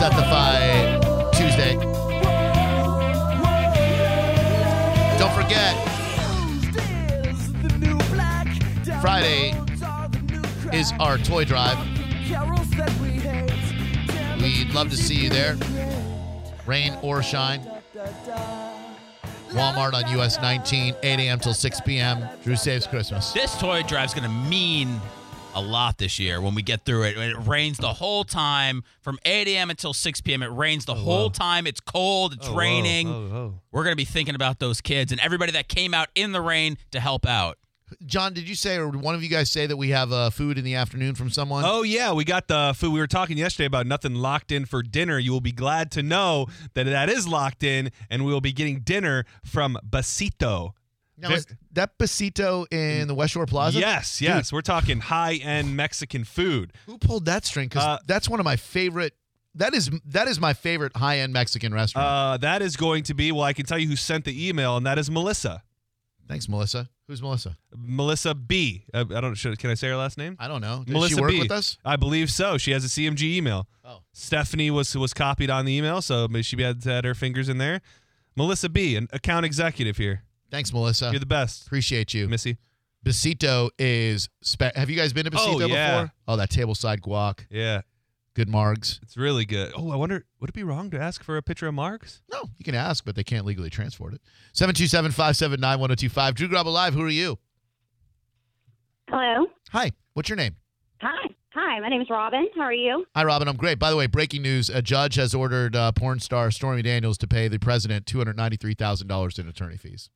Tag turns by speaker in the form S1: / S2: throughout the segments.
S1: Sethify Tuesday. Don't forget, Friday is our toy drive. We'd love to see you there. Rain or shine. Walmart on US 19, 8 a.m. till 6 p.m. Drew saves Christmas.
S2: This toy drive's going to mean a lot this year when we get through it. It rains the whole time from 8 a.m. until 6 p.m. It rains the whole time. It's cold. It's raining. We're going to be thinking about those kids and everybody that came out in the rain to help out.
S1: John, did you say, or did one of you guys say that we have uh, food in the afternoon from someone?
S3: Oh yeah, we got the food. We were talking yesterday about nothing locked in for dinner. You will be glad to know that that is locked in, and we will be getting dinner from Basito.
S1: Now, is that Pasito in the West Shore Plaza?
S3: Yes,
S1: Dude,
S3: yes, we're talking high-end Mexican food.
S1: who pulled that string? Because
S3: Uh,
S1: that's one of my favorite. That is that is my favorite high end Mexican restaurant.
S3: Uh, that is going to be well. I can tell you who sent the email, and that is Melissa.
S1: Thanks, Melissa. Who's Melissa?
S3: Melissa B. Uh, I, I don't. Should, can I say her last name?
S1: I don't know. Did
S3: Melissa
S1: she work
S3: B.
S1: with us?
S3: I believe so. She has a CMG email.
S1: Oh.
S3: Stephanie was was copied on the email, so maybe she had, had her fingers in there. Melissa B, an account executive here.
S1: Thanks, Melissa.
S3: You're the best,
S1: Uh, Appreciate you.
S3: Missy.
S1: Besito is. Spe- have you guys been to
S3: Oh,
S1: Besito
S3: yeah.
S1: before? Oh, that tableside guac.
S3: Yeah,
S1: Good margs.
S3: it's really good. Oh, I wonder, would it be wrong to ask for a picture of Marks?
S1: No, you can ask, but they can't legally transport it. 727 579 1025. Drew Grubb Alive, who are you?
S4: Hello.
S1: Hi, what's your name?
S4: Hi. Hi. My name is Robin. How are you?
S1: Hi, Robin. I'm great. By the way, breaking news a judge has ordered uh, porn star Stormy Daniels to pay the president $293,000 in attorney fees.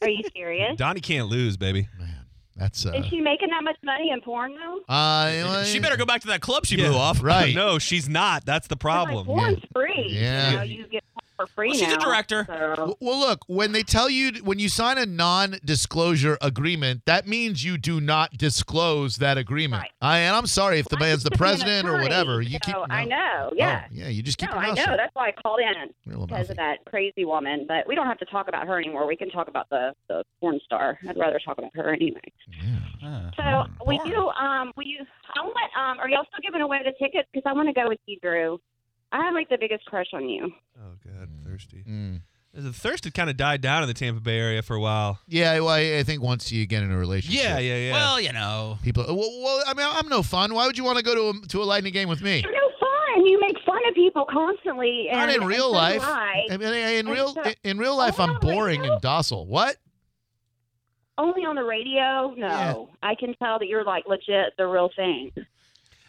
S4: Are you serious?
S3: Donnie can't lose, baby.
S1: Man, that's. Uh,
S4: Is she making that much money in porn though?
S1: uh,
S2: She better go back to that club she
S3: Yeah.
S2: blew off.
S1: Right.
S3: No, she's not. That's the problem.
S4: Like, porn's free.
S1: Yeah.
S4: You, know, you get porn for free
S2: Well, she's a
S4: now,
S2: director.
S4: so-
S1: W- Well, look, when they tell you, when you sign a non disclosure agreement, that means you do not disclose that agreement.
S4: Right.
S1: I, and I'm sorry if the man's the
S4: Just an
S1: president or
S4: attorney,
S1: whatever. You
S4: so
S1: keep. no.
S4: I know.
S1: Oh,
S4: Yeah.
S1: yeah, you just keep
S4: no,
S1: your
S4: I
S1: mouth
S4: know.
S1: shut.
S4: That's why I called in
S1: You're a little
S4: because of
S1: mouthy.
S4: that crazy woman. But we don't have to talk about her anymore. We can talk about the the porn star. I'd rather talk about her anyway.
S1: Yeah.
S4: So will you um will you I want um are y'all still giving away the tickets? Because I want to go with you, Drew. I have like the biggest crush on you.
S3: Oh, God, thirsty.
S1: Mm.
S3: The thirst had kind of died down in the Tampa Bay area for a while.
S1: Yeah, well, I, I think once you get in a relationship,
S3: Yeah, yeah, yeah.
S2: Well, you know.
S1: people. Well, well, I mean, I'm no fun. Why would you want to go to a, to a lightning game with me?
S4: You're no fun. You make fun of people constantly. And,
S1: Not in real
S4: and
S1: life.
S4: so do I.
S1: I mean, in real
S4: so-
S1: in real life,
S4: Oh,
S1: I'm
S4: I
S1: boring
S4: know.
S1: and docile. What?
S4: Only on the radio? No.
S1: Yeah.
S4: I can tell that you're like legit the real thing.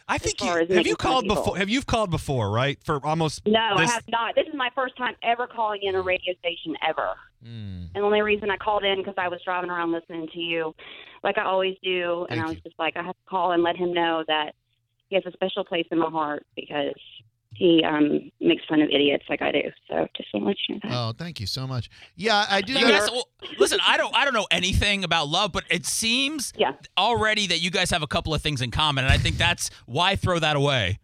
S3: I think you
S4: far as
S3: have you
S4: making fun of
S3: called
S4: people.
S3: before. Have you called before, right? For almost
S4: No,
S3: This-
S4: I have not. This is my first time ever calling in a radio station ever.
S3: Hmm.
S1: Mm.
S4: And the only reason I called in because I was driving around listening to you, like I always do, and
S1: Thank
S4: I was
S1: you.
S4: just like, I have to call and let him know that he has a special place in my heart because he um makes fun of idiots like I do. So just want to let you know that.
S1: Oh, thank you so much. Yeah, I do.
S2: You
S1: that-
S2: guys, well, listen, I don't, I don't know anything about love, but it seems
S4: Yeah.
S2: already that you guys have a couple of things in common, and I think that's why throw that away.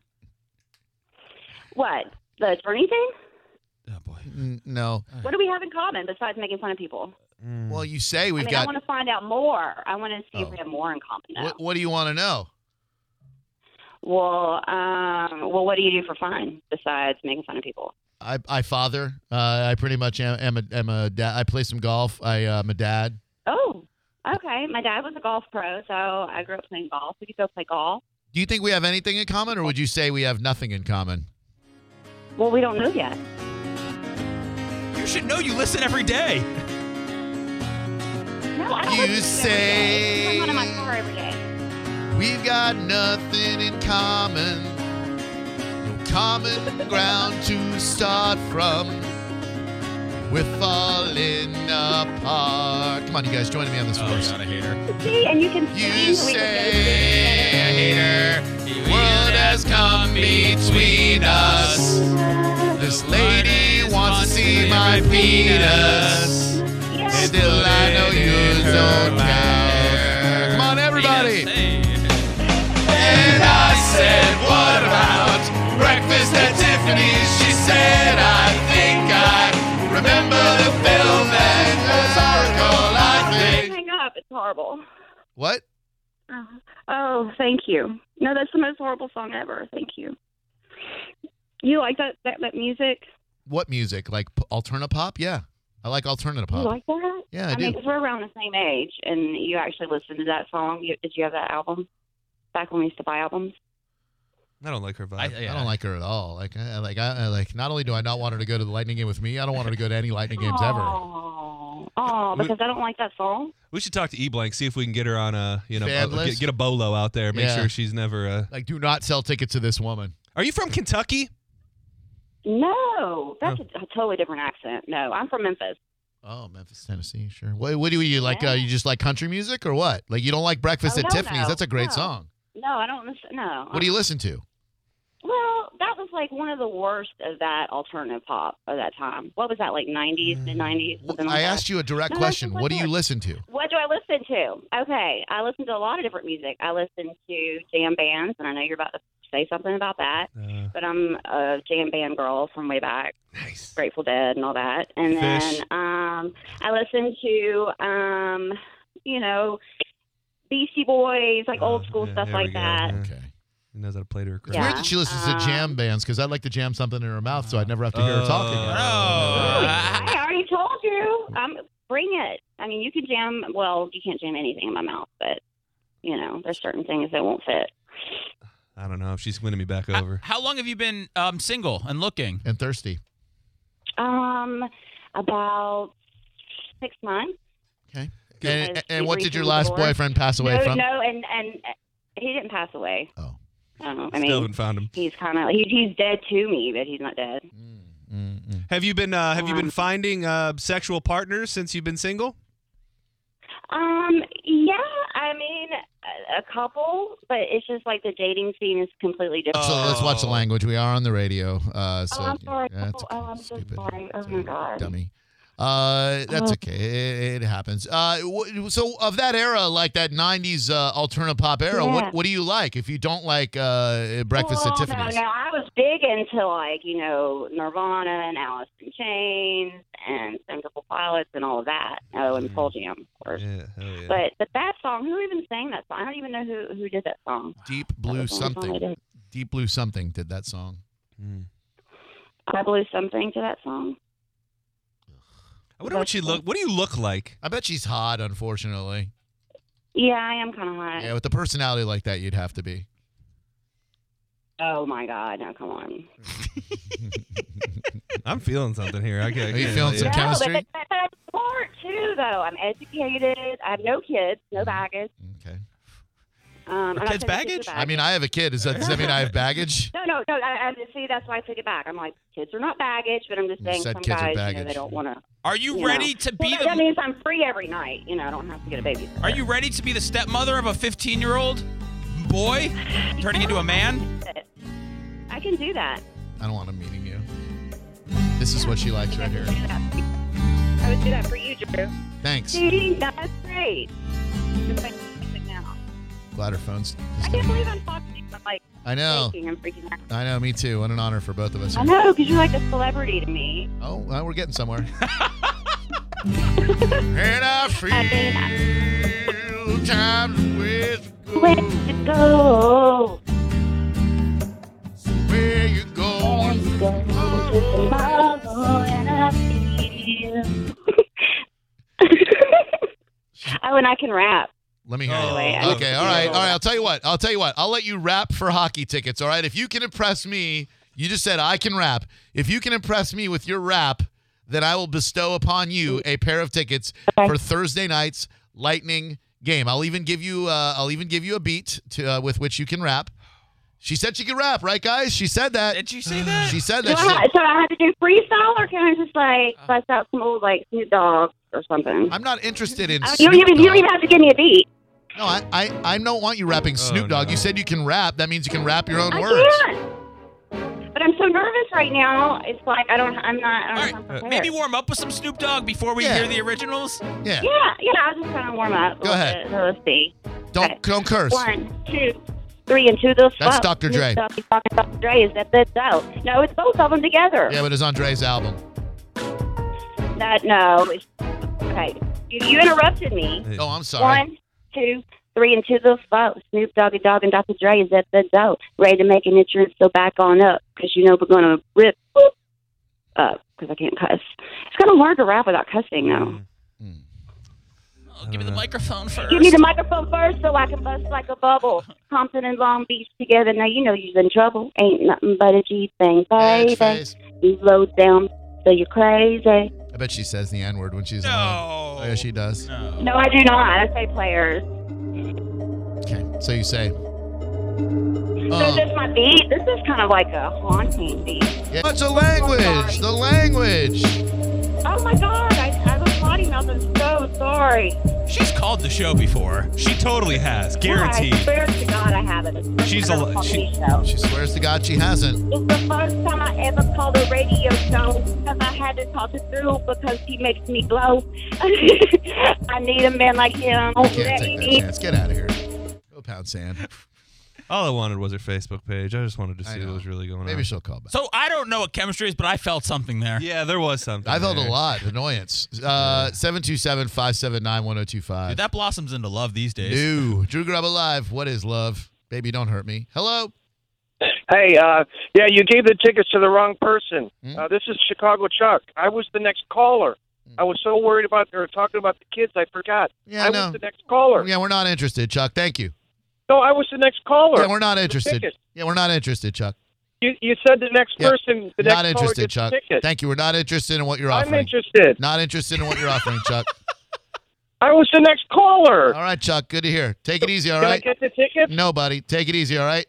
S4: What the attorney thing?
S2: Oh boy.
S1: N- mm, no.
S4: What do we have in common besides making fun of people?
S1: Well, you say
S4: I
S1: we've
S4: mean, I
S1: got.
S4: want to find out more. I want to see
S1: Oh.
S4: if we have more in common. Now.
S1: What, what do you want to know?
S4: Well, um, well, what do you do for fun besides making fun of people?
S1: I, I father. Uh, I pretty much am, am a, am a dad. I play some golf. I, uh, am a dad.
S4: Oh, okay. My dad was a golf pro, so I grew up playing golf. We could go play golf.
S1: Do you think we have anything in common, or would you say we have nothing in common?
S4: Well, we don't know yet.
S2: You should know you listen every day.
S4: No, I don't
S1: You
S4: listen to every day.
S1: say-
S4: I'm not in my car every day.
S1: We've got nothing in common. No common ground to start from. We're falling apart. Come on, you guys, join me on
S2: Oh,
S1: this verse.
S2: I hate her.
S4: See, and you can
S1: You
S4: see
S1: say-
S2: I hate her.
S1: World has come between us. This lady wants to see my penis. Still, I know you don't care. Come on, everybody. And I said, What about breakfast at Tiffany's? She said, I think I remember the film that was Oracle, I think.
S4: Hang up. It's horrible. Uh,
S1: What?
S4: Oh, thank you. No, that's the most horrible song ever. Thank you. You like that that, that music?
S1: What music? Like p- alternative pop? Yeah, I like alternative
S4: You
S1: pop.
S4: like that?
S1: Yeah, I
S4: I, mean,
S1: do.
S4: because we're around the same age, and you actually listened to that song. You, did you have that album? Back when we used to buy albums.
S3: mm, I don't like her vibe.
S2: I, yeah.
S1: I don't like her at all. Like, I, I- like, I, I- like. Not only do I not want her to go to the Lightning game with me, I don't want her to go to any Lightning games ever.
S4: Oh, oh,
S3: We-
S4: because I don't like that song.
S3: we should talk to E Blank, see if we can get her on a you know
S1: Fan
S3: a- get,
S1: list?
S3: get a bolo out there. Make
S1: Yeah.
S3: sure she's never. Uh,
S1: Like, do not sell tickets to this woman.
S3: are you from Kentucky?
S4: No, that's a, a totally different accent. No, I'm from Memphis.
S1: Oh, Memphis, Tennessee. Sure. What, what do you like? Uh, you just like country music or what? Like, you don't like Breakfast
S4: Oh,
S1: at
S4: no,
S1: Tiffany's?
S4: no,
S1: That's a great
S4: no.
S1: song.
S4: No, I don't listen. No.
S1: What do you listen to?
S4: Well, that was like one of the worst of that alternative pop of that time. What was that like? Nineties, mid nineties.
S1: Mm, I asked you a direct
S4: No, no,
S1: question.
S4: she's like
S1: What do you
S4: this.
S1: listen to?
S4: What do I listen to? Okay, I listen to a lot of different music. I listen to jam bands, and I know you're about to say something about that.
S3: Uh,
S4: But I'm a jam band girl from way back,
S3: nice.
S4: Grateful Dead and all that. And
S3: Fish.
S4: then um, I listen to, um, you know, Beastie Boys, like
S3: Uh,
S4: old school
S3: yeah,
S4: stuff
S3: there we
S4: like
S3: go,
S4: that.
S3: yeah.
S1: Okay.
S3: He knows how to play to her crap.
S1: It's weird
S4: Yeah,
S1: that she listens to jam
S4: um,
S1: bands because I'd like to jam something in her mouth so I'd never have to hear her talking.
S2: Oh.
S3: Uh,
S4: I already told you. Um, bring it. I mean, you can jam. Well, you can't jam anything in my mouth, but you know, there's certain things that won't fit.
S3: I don't know if she's winning me back
S2: H-
S3: over.
S2: How long have you been um, single and looking?
S1: And thirsty.
S4: Um, about six months.
S1: Okay.
S4: Good.
S1: And,
S4: Because
S1: and
S4: she's
S1: what did your
S4: reaching
S1: last
S4: for-
S1: boyfriend pass away
S4: no,
S1: from?
S4: no, and and uh, he didn't pass away.
S1: Oh.
S4: Um, I
S3: Still
S4: mean,
S3: haven't found him.
S4: he's kind of he, he's dead to me, but he's not dead.
S1: Mm, mm, mm.
S3: Have you been uh, Have you been
S4: Um,
S3: finding uh, sexual partners since you've been single?
S4: Um, yeah, I mean, a, a couple, but it's just like the dating scene is completely different.
S1: So let's watch the language. We are on the radio. Uh, so,
S4: Oh, I'm sorry.
S1: Yeah, it's
S4: Oh, oh,
S1: okay.
S4: I'm so
S1: Stupid.
S4: sorry. Oh, my
S1: Sorry,
S4: God.
S1: Dummy. Uh, that's
S4: Oh.
S1: okay. It, it happens. Uh, wh- so of that era, like that '90s uh, alternative pop era,
S4: Yeah.
S1: what what do you like? If you don't like uh, Breakfast
S4: oh,
S1: at Tiffany's,
S4: No, no, I was big into like you know Nirvana and Alice in Chains and Simple Pilots and all of that. Oh,
S1: Hmm.
S4: and Pearl Jam, of course.
S3: Yeah, hell yeah.
S4: But but that song, who even sang that song? I don't even know who who did that song.
S1: Deep Blue
S4: That was one song I
S1: Something.
S4: did.
S1: Deep Blue Something did that song.
S3: Mm.
S4: I blew something to that song.
S3: I wonder what she look. What do you look like?
S1: I bet she's hot, unfortunately.
S4: Yeah, I am kind of hot.
S1: Yeah, with a personality like that, you'd have to be.
S4: Oh my God! No, come on.
S3: I'm feeling something here. I get,
S1: Are you
S3: yeah,
S1: feeling
S3: yeah.
S1: some
S4: no,
S1: chemistry?
S4: but that, that, that's part too, though. I'm educated. I have no kids,
S1: Mm-hmm.
S4: no baggage.
S1: Okay.
S4: Um,
S3: kids'
S4: and I took it to the
S3: baggage?
S1: I mean, I have a kid. Does that, does that mean I have baggage?
S4: No, no, no. I, I see. That's why I took it back. I'm like, kids are not baggage, but I'm just
S1: You
S4: saying
S1: said
S4: some
S1: kids are
S4: guys, you know, they
S1: baggage.
S4: don't want to.
S2: Are you ready to be
S4: that
S2: the
S4: means I'm free every night. You know, I don't have to get a baby.
S2: Are you ready to be the stepmother of a 15-year-old boy turning into a man?
S4: I can do that.
S1: I don't want him meeting you. This is what she likes right here.
S4: I would do that for you, Drew.
S1: Thanks.
S4: See, that's great. Just like music now.
S1: Glad her phone's.
S4: I can't believe I'm talking to you. I'm like
S1: I know.
S4: thinking, I'm freaking out.
S1: I know. Me too. What an honor for both of us.
S4: I know, because you're like a celebrity to me.
S1: Oh, well, we're getting somewhere. and I feel times with
S4: Way to go.
S1: where you going.
S4: Way to go. Just a marvel and I feel. oh, and I can rap.
S1: Let me hear
S3: Oh,
S4: Anyway, I
S1: you.
S4: don't
S1: Okay,
S4: feel-
S1: all right, all right. I'll tell you what. I'll tell you what. I'll let you rap for hockey tickets. All right, if you can impress me, you just said I can rap. If you can impress me with your rap, then I will bestow upon you a pair of tickets
S4: Okay.
S1: for Thursday night's Lightning game. I'll even give you. Uh, I'll even give you a beat to, uh, with which you can rap. She said she could rap, right, guys? She said that.
S2: Did you say that?
S1: She said
S4: Do
S1: that. She
S4: I
S1: said-
S4: ha- so I have to do freestyle, or can I just like bust out some old like Snoop Dogg or something?
S1: I'm not interested in.
S4: I mean, you, don't
S1: Snoop
S4: even, you don't
S1: Dogg.
S4: even have to give me a beat.
S1: No, I, I, I don't want you rapping Snoop Dogg.
S3: no.
S1: You said you can rap. That means you can rap your own
S4: I
S1: words.
S4: can. But I'm so nervous right now. It's like I don't. I'm not. I
S2: All
S4: don't
S2: right,
S4: know if I'm
S1: uh,
S4: prepared.
S2: Maybe warm up with some Snoop Dogg before we
S1: Yeah.
S2: hear the originals.
S1: Yeah.
S4: Yeah, yeah. I was just trying to warm up. a
S1: Go
S4: little
S1: ahead.
S4: bit, so let's see.
S1: Don't don't curse.
S4: One, two, three, and two. Those.
S1: That's Dr. Dre.
S4: Dr. Dre is that that's out. No, it's both of them together.
S1: Yeah, but it's on Dre's album.
S4: That no. It's, okay. You, you interrupted me.
S3: Hey,
S1: Oh, I'm sorry.
S4: One, two, Three and two the foe. Snoop Doggy Dogg and Dr. Dre is at the door, ready to make an entrance. So back on up, because you know we're gonna rip boop, up, because I can't cuss. It's kind of hard to rap without cussing,
S1: Mm.
S4: though.
S2: Oh, give me
S3: Uh,
S2: the microphone first.
S4: Give me the microphone first, so I can bust like a bubble. Compton and Long Beach together. Now you know you're in trouble. Ain't nothing but a G thing,
S1: Edge
S4: baby.
S1: face.
S4: You low down, so you're
S1: I
S4: crazy.
S1: bet she says the N word when she's on.
S2: No.
S1: Oh, yeah, she does.
S2: No.
S4: No, I do not. I say players.
S1: Okay, so you say.
S4: So
S3: Oh.
S1: Um,
S4: this my beat. This is kind of like a haunting beat.
S1: yeah. Watch the language, the language.
S4: Oh my god, I, I have a potty mouth. I'm so sorry.
S2: She's called the show before.
S3: She totally has, guaranteed.
S4: I swear to God, I have it. It's the first
S3: She's
S4: time
S3: a
S4: I've
S3: li-
S4: called
S3: she-
S4: these shows.
S1: She swears to God she hasn't.
S4: It's the first time I ever called a radio show because I had to talk to Drew because he makes me glow. I need a man like him.
S1: You can't take that chance. Get out of here. Go pound sand.
S3: All I wanted was her Facebook page. I just wanted to
S1: I
S3: see
S1: know.
S3: what was really going
S1: Maybe
S3: on.
S1: she'll call back.
S2: So I don't know what chemistry is, but I felt something there.
S3: yeah, there was something.
S1: I felt a
S3: there.
S1: lot annoyance. Uh, 727-579-1025.
S2: Dude, that blossoms into love these days.
S1: New Drew Grubb alive. What is love? Baby, don't hurt me. Hello.
S5: Hey, uh, yeah, you gave the tickets to the wrong person.
S1: Hmm?
S5: Uh, this is Chicago Chuck. I was the next caller. I was so worried about they were talking about the kids, I forgot.
S1: Yeah,
S5: I
S1: no.
S5: was the next caller.
S1: Yeah, we're not interested, Chuck. Thank you.
S5: No, I was the next caller.
S1: Yeah, we're not interested.
S5: ticket.
S1: Yeah, we're not interested, Chuck.
S5: you, you said the next
S1: Yeah.
S5: person, the
S1: not
S5: next
S1: interested,
S5: caller
S1: Chuck.
S5: gets the ticket.
S1: Thank you. We're not interested in what you're
S5: I'm
S1: offering.
S5: interested.
S1: Not interested in what you're offering, Chuck.
S5: I was the next caller.
S1: All right, Chuck. Good to hear. Take it easy, all
S5: Can I
S1: right?
S5: get the ticket?
S1: No, buddy. Take it easy, all right?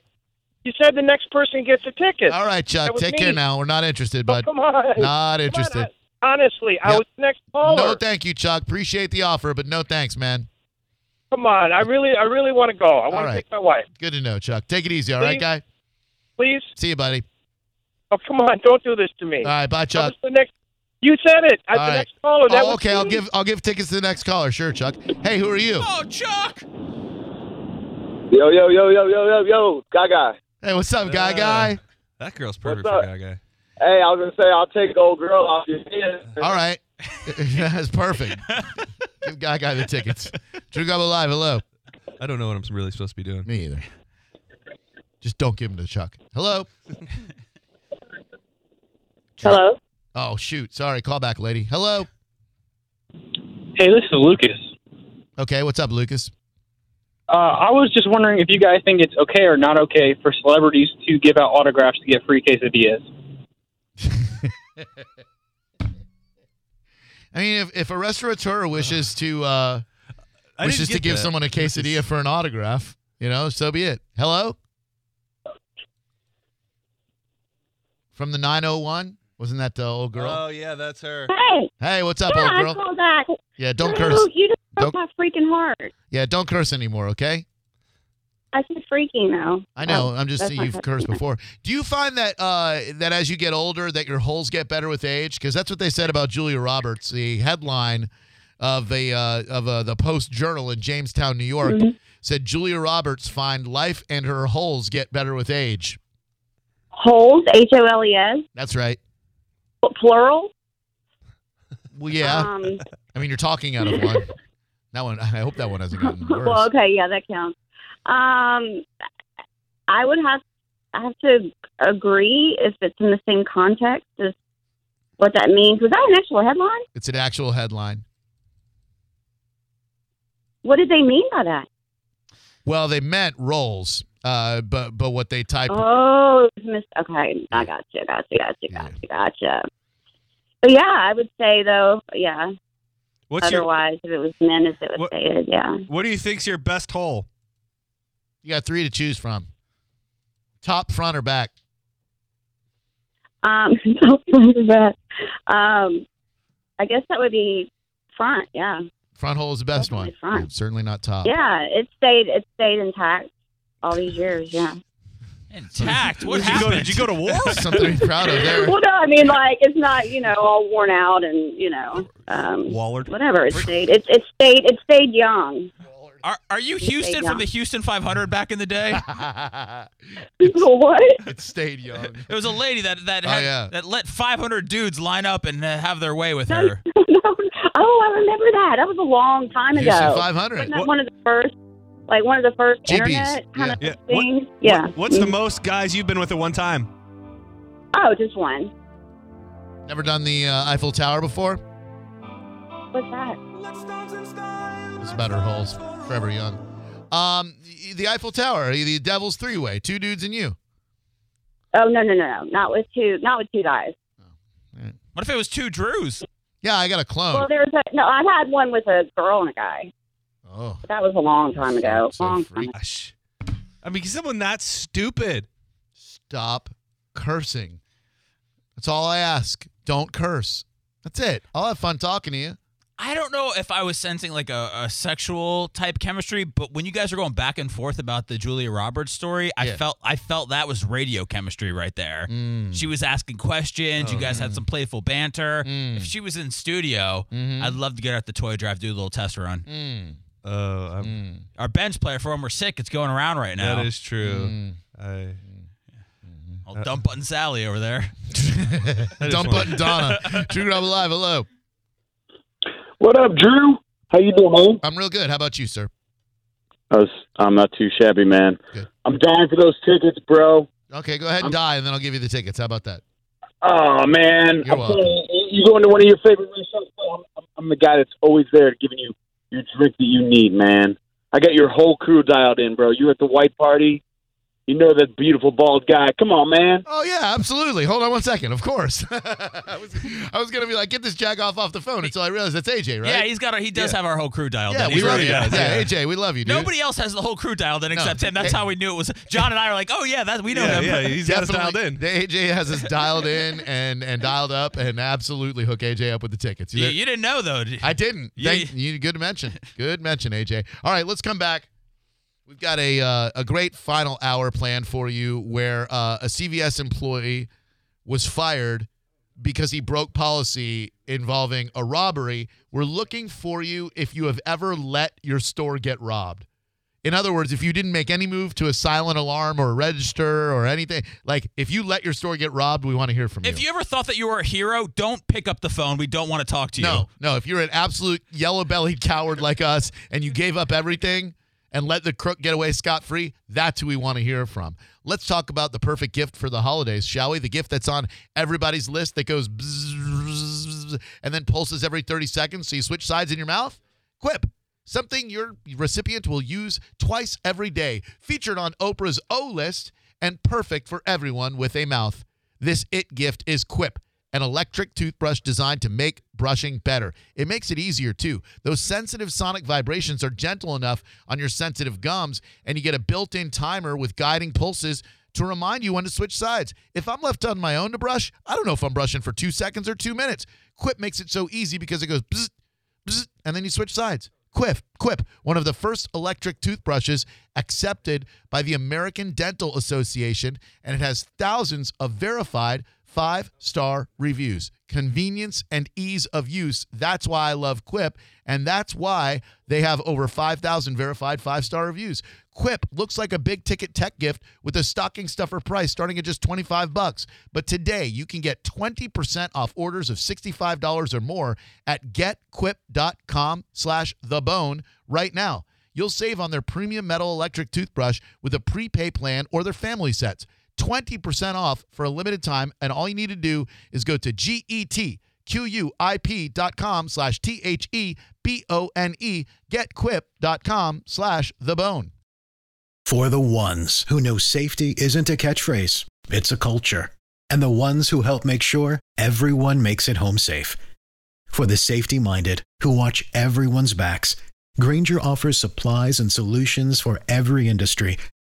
S5: You said the next person gets a ticket.
S1: All right, Chuck.
S5: That was
S1: Take care
S5: me.
S1: now. We're not interested,
S5: Oh,
S1: bud.
S5: come on. Come on,
S1: Not interested.
S5: I- honestly, I
S1: Yeah.
S5: was the next caller.
S1: No, thank you, Chuck. Appreciate the offer, but no thanks, man.
S5: come on. I really, I really want to go. I want
S1: right.
S5: to take my wife.
S1: Good to know, Chuck. Take it easy, all right,
S5: Please.
S1: guy?
S5: Please.
S1: See you, buddy.
S5: Oh, come on. Don't do this to me.
S1: All right, bye,
S5: That
S1: Chuck.
S5: was the next. You said it. I
S1: All
S5: was the
S1: right.
S5: next caller. That
S1: Oh,
S5: was
S1: okay, I'll
S5: me.
S1: give I'll give tickets to the next caller. Sure, Chuck. Hey, who are you?
S2: Oh, Chuck!
S6: Yo, yo, yo, yo, yo, yo, yo, Gaga.
S1: Hey, what's up, guy?
S3: Uh,
S1: Guy.
S3: That girl's perfect
S6: What's
S3: for guy guy.
S6: Hey, I was gonna say I'll take old girl off your hands.
S1: All right, that's perfect. give guy guy the tickets. Drew Gobble live. Hello.
S3: I don't know what I'm really supposed to be doing.
S1: Me either. Just don't give them to Chuck. Hello.
S4: Hello?
S1: Oh shoot. Sorry. Call back, lady. Hello.
S7: Hey, this is Lucas.
S1: Okay. What's up, Lucas?
S7: Uh, I was just wondering if you guys think it's okay or not okay for celebrities to give out autographs to get free quesadillas.
S1: I mean, if, if a restaurateur wishes to uh,
S3: I
S1: wishes
S3: didn't
S1: to
S3: get
S1: give
S3: that.
S1: someone a quesadilla for an autograph, you know, so be it. Hello. From the 901. Wasn't that the old girl?
S3: Oh yeah, that's her.
S4: Hey,
S1: hey, what's up,
S4: Uh, yeah, I
S1: old girl?
S4: called that.
S1: Yeah, don't
S4: Drew,
S1: curse.
S4: You just broke
S1: Don't-
S4: my freaking heart.
S1: Yeah, don't curse anymore, okay?
S4: I said freaking Uh, though.
S1: I know. I'm just
S4: Oh, that's
S1: saying
S4: not
S1: you've
S4: cursing,
S1: cursed
S4: man.
S1: before. Do you find that uh, that as you get older, that your holes get better with age? Because that's what they said about Julia Roberts. The headline of the uh, of uh, the Post Journal in Jamestown, New York,
S4: Mm-hmm.
S1: said Julia Roberts find life and her holes get better with age.
S4: Holes, H O L E S,
S1: That's right.
S4: plural.
S1: Well, yeah.
S4: Um,
S1: I mean, you're talking out of one. That one. I hope that one hasn't gotten worse.
S4: well, okay, yeah, that counts. Um, I would have I have to agree if it's in the same context as what that means. Was that an actual headline?
S1: It's an actual headline.
S4: What did they mean by that?
S1: Well, they meant roles, uh, but but what they typed.
S4: Oh, it's mis- okay, I gotcha, gotcha, gotcha, gotcha, gotcha. But yeah, I would say though, yeah.
S3: What's your
S4: Otherwise, if it was men, as it was
S3: What-
S4: stated, yeah.
S3: What do you think's your best hole?
S1: You got three to choose from. Top, front, or back.
S4: Um, don't think of that. um, I guess that would be front. Yeah,
S1: Front hole is the best
S4: Definitely
S1: one.
S4: front.
S1: Certainly not top.
S4: yeah. It stayed. It stayed intact all these years. Yeah.
S2: Intact. What
S3: Did you go-
S2: happened?
S3: did you go to war?
S1: Something to be proud of there.
S4: Well, no, I mean, like it's not you know all worn out and you know um,
S3: Wallard.
S4: whatever. It stayed. It, it stayed. It stayed young.
S2: Are, are you Houston from the Houston 500 back in the day?
S4: what?
S1: it stayed young.
S2: There was a lady that that
S1: Oh,
S2: had,
S1: yeah.
S2: that let 500 dudes line up and uh, have their way with her.
S4: oh, I remember that. That was a long time
S1: Houston
S4: ago.
S1: 500.
S4: Wasn't that one of the first like one of the first
S1: GBs,
S4: internet kind
S3: yeah.
S4: of
S3: Yeah. What-
S4: things. yeah.
S3: What- what's the most guys you've been with at one time?
S4: Oh, just one.
S1: Never done the uh, Eiffel Tower before?
S4: What's that?
S1: It's about her holes. Forever young. Um, y- the Eiffel Tower, the Devil's Three Way, two dudes and you.
S4: Oh no no no no! Not with two, not with two guys.
S2: What if it was two Drews?
S1: Yeah, I got a
S4: Well,
S3: Oh.
S1: clone.
S4: there was a, no. I had one with a girl and a guy.
S1: Oh,
S4: But that was a long time ago.
S1: So
S4: long time.
S1: freaky.
S4: ago.
S3: Gosh. Ah, I mean, someone that stupid.
S1: stop cursing. That's all I ask. Don't curse. That's it. I'll have fun talking to you.
S2: I don't know if I was sensing like a, a sexual type chemistry, but when you guys were going back and forth about the Julia Roberts story, I
S1: Yeah.
S2: felt I felt that was radio chemistry right there.
S1: Mm. Oh,
S2: She was asking questions. you guys had some playful banter.
S1: Mm.
S2: If she was in studio,
S1: Mhm.
S2: I'd love to get her at the toy drive, do a little test run.
S1: Mm.
S3: Oh, I'm-
S1: Mm.
S2: Our bench player for when we're sick, it's going around right now.
S3: that is true.
S1: Mm.
S3: I,
S2: I'll
S1: uh,
S2: dump button Sally over there.
S1: Dump
S3: wanna-
S1: button Donna. Drew Grub Alive. Hello.
S6: What up, Drew? How you doing, man?
S1: I'm real good. How about you, sir?
S6: I was, I'm not too shabby, man.
S1: Good.
S6: I'm dying for those tickets, bro.
S1: Okay, go ahead and die, and then I'll give you the tickets. How about that?
S6: Oh man,
S1: You're
S6: I'm telling you, you go into one of your favorite restaurants. bro, I'm, I'm, I'm the guy that's always there, giving you your drink that you need, man. I got your whole crew dialed in, bro. You're at the white party. You know that beautiful bald guy. Come on, man.
S1: Oh yeah, absolutely. Hold on one second. Of course. I was I was gonna be like, get this jack off off the phone until I realized that's AJ, right?
S2: Yeah, he's got. Our, he does
S1: Yeah.
S2: have our whole crew dialed
S1: Yeah,
S2: in.
S1: we
S2: He's
S1: love
S2: really
S1: you.
S2: does.
S1: Yeah,
S3: yeah.
S1: AJ, we love you, dude.
S2: Nobody else has the whole crew dialed in
S1: No.
S2: except him. That's
S1: Hey.
S2: how we knew it was. John and I are like, oh yeah, that we know
S3: yeah,
S2: him.
S3: yeah, he's got us dialed
S1: Definitely-
S3: in.
S1: AJ has us dialed in and and dialed up, and absolutely hook AJ up with the tickets.
S2: You, you didn't know though.
S1: I didn't.
S2: Yeah,
S1: Thank you. Good mention. Good mention, AJ. All right, let's come back. We've got a uh, a great final hour planned for you, where uh, a CVS employee was fired because he broke policy involving a robbery. We're looking for you if you have ever let your store get robbed. In other words, if you didn't make any move to a silent alarm or register or anything, like if you let your store get robbed, we want to hear from you.
S2: If you ever thought that you were a hero, don't pick up the phone. We don't want to talk to you.
S1: No, no. If you're an absolute yellow bellied coward like us and you gave up everything and let the crook get away scot free, that's who we want to hear from. Let's talk about the perfect gift for the holidays, shall we? The gift that's on everybody's list that goes bzzz and then pulses every 30 seconds so you switch sides in your mouth? Quip. Something your recipient will use twice every day, featured on Oprah's O list and perfect for everyone with a mouth. This it gift is Quip, an electric toothbrush designed to make brushing better. It makes it easier too. Those sensitive sonic vibrations are gentle enough on your sensitive gums, and you get a built in timer with guiding pulses to remind you when to switch sides. If I'm left on my own to brush, I don't know if I'm brushing for two seconds or two minutes. Quip makes it so easy because it goes bzzzt, bzzzt, and then you switch sides. Quip, Quip, one of the first electric toothbrushes accepted by the American Dental Association, and it has thousands of verified five star reviews. Convenience and ease of use. That's why I love Quip, and that's why they have over 5,000 verified five star reviews. Quip looks like a big ticket tech gift with a stocking stuffer price starting at just 25 bucks. But today you can get 20% off orders of $65 or more at getquip.com slash the bone right now. You'll save on their premium metal electric toothbrush with a prepay plan or their family sets. 20% off for a limited time, and all you need to do is go to getquip.com slash E T-H-E-B-O-N-E, getquip.com slash the bone.
S8: For the ones who know safety isn't a catchphrase, it's a culture. And the ones who help make sure everyone makes it home safe. For the safety minded who watch everyone's backs, Granger offers supplies and solutions for every industry,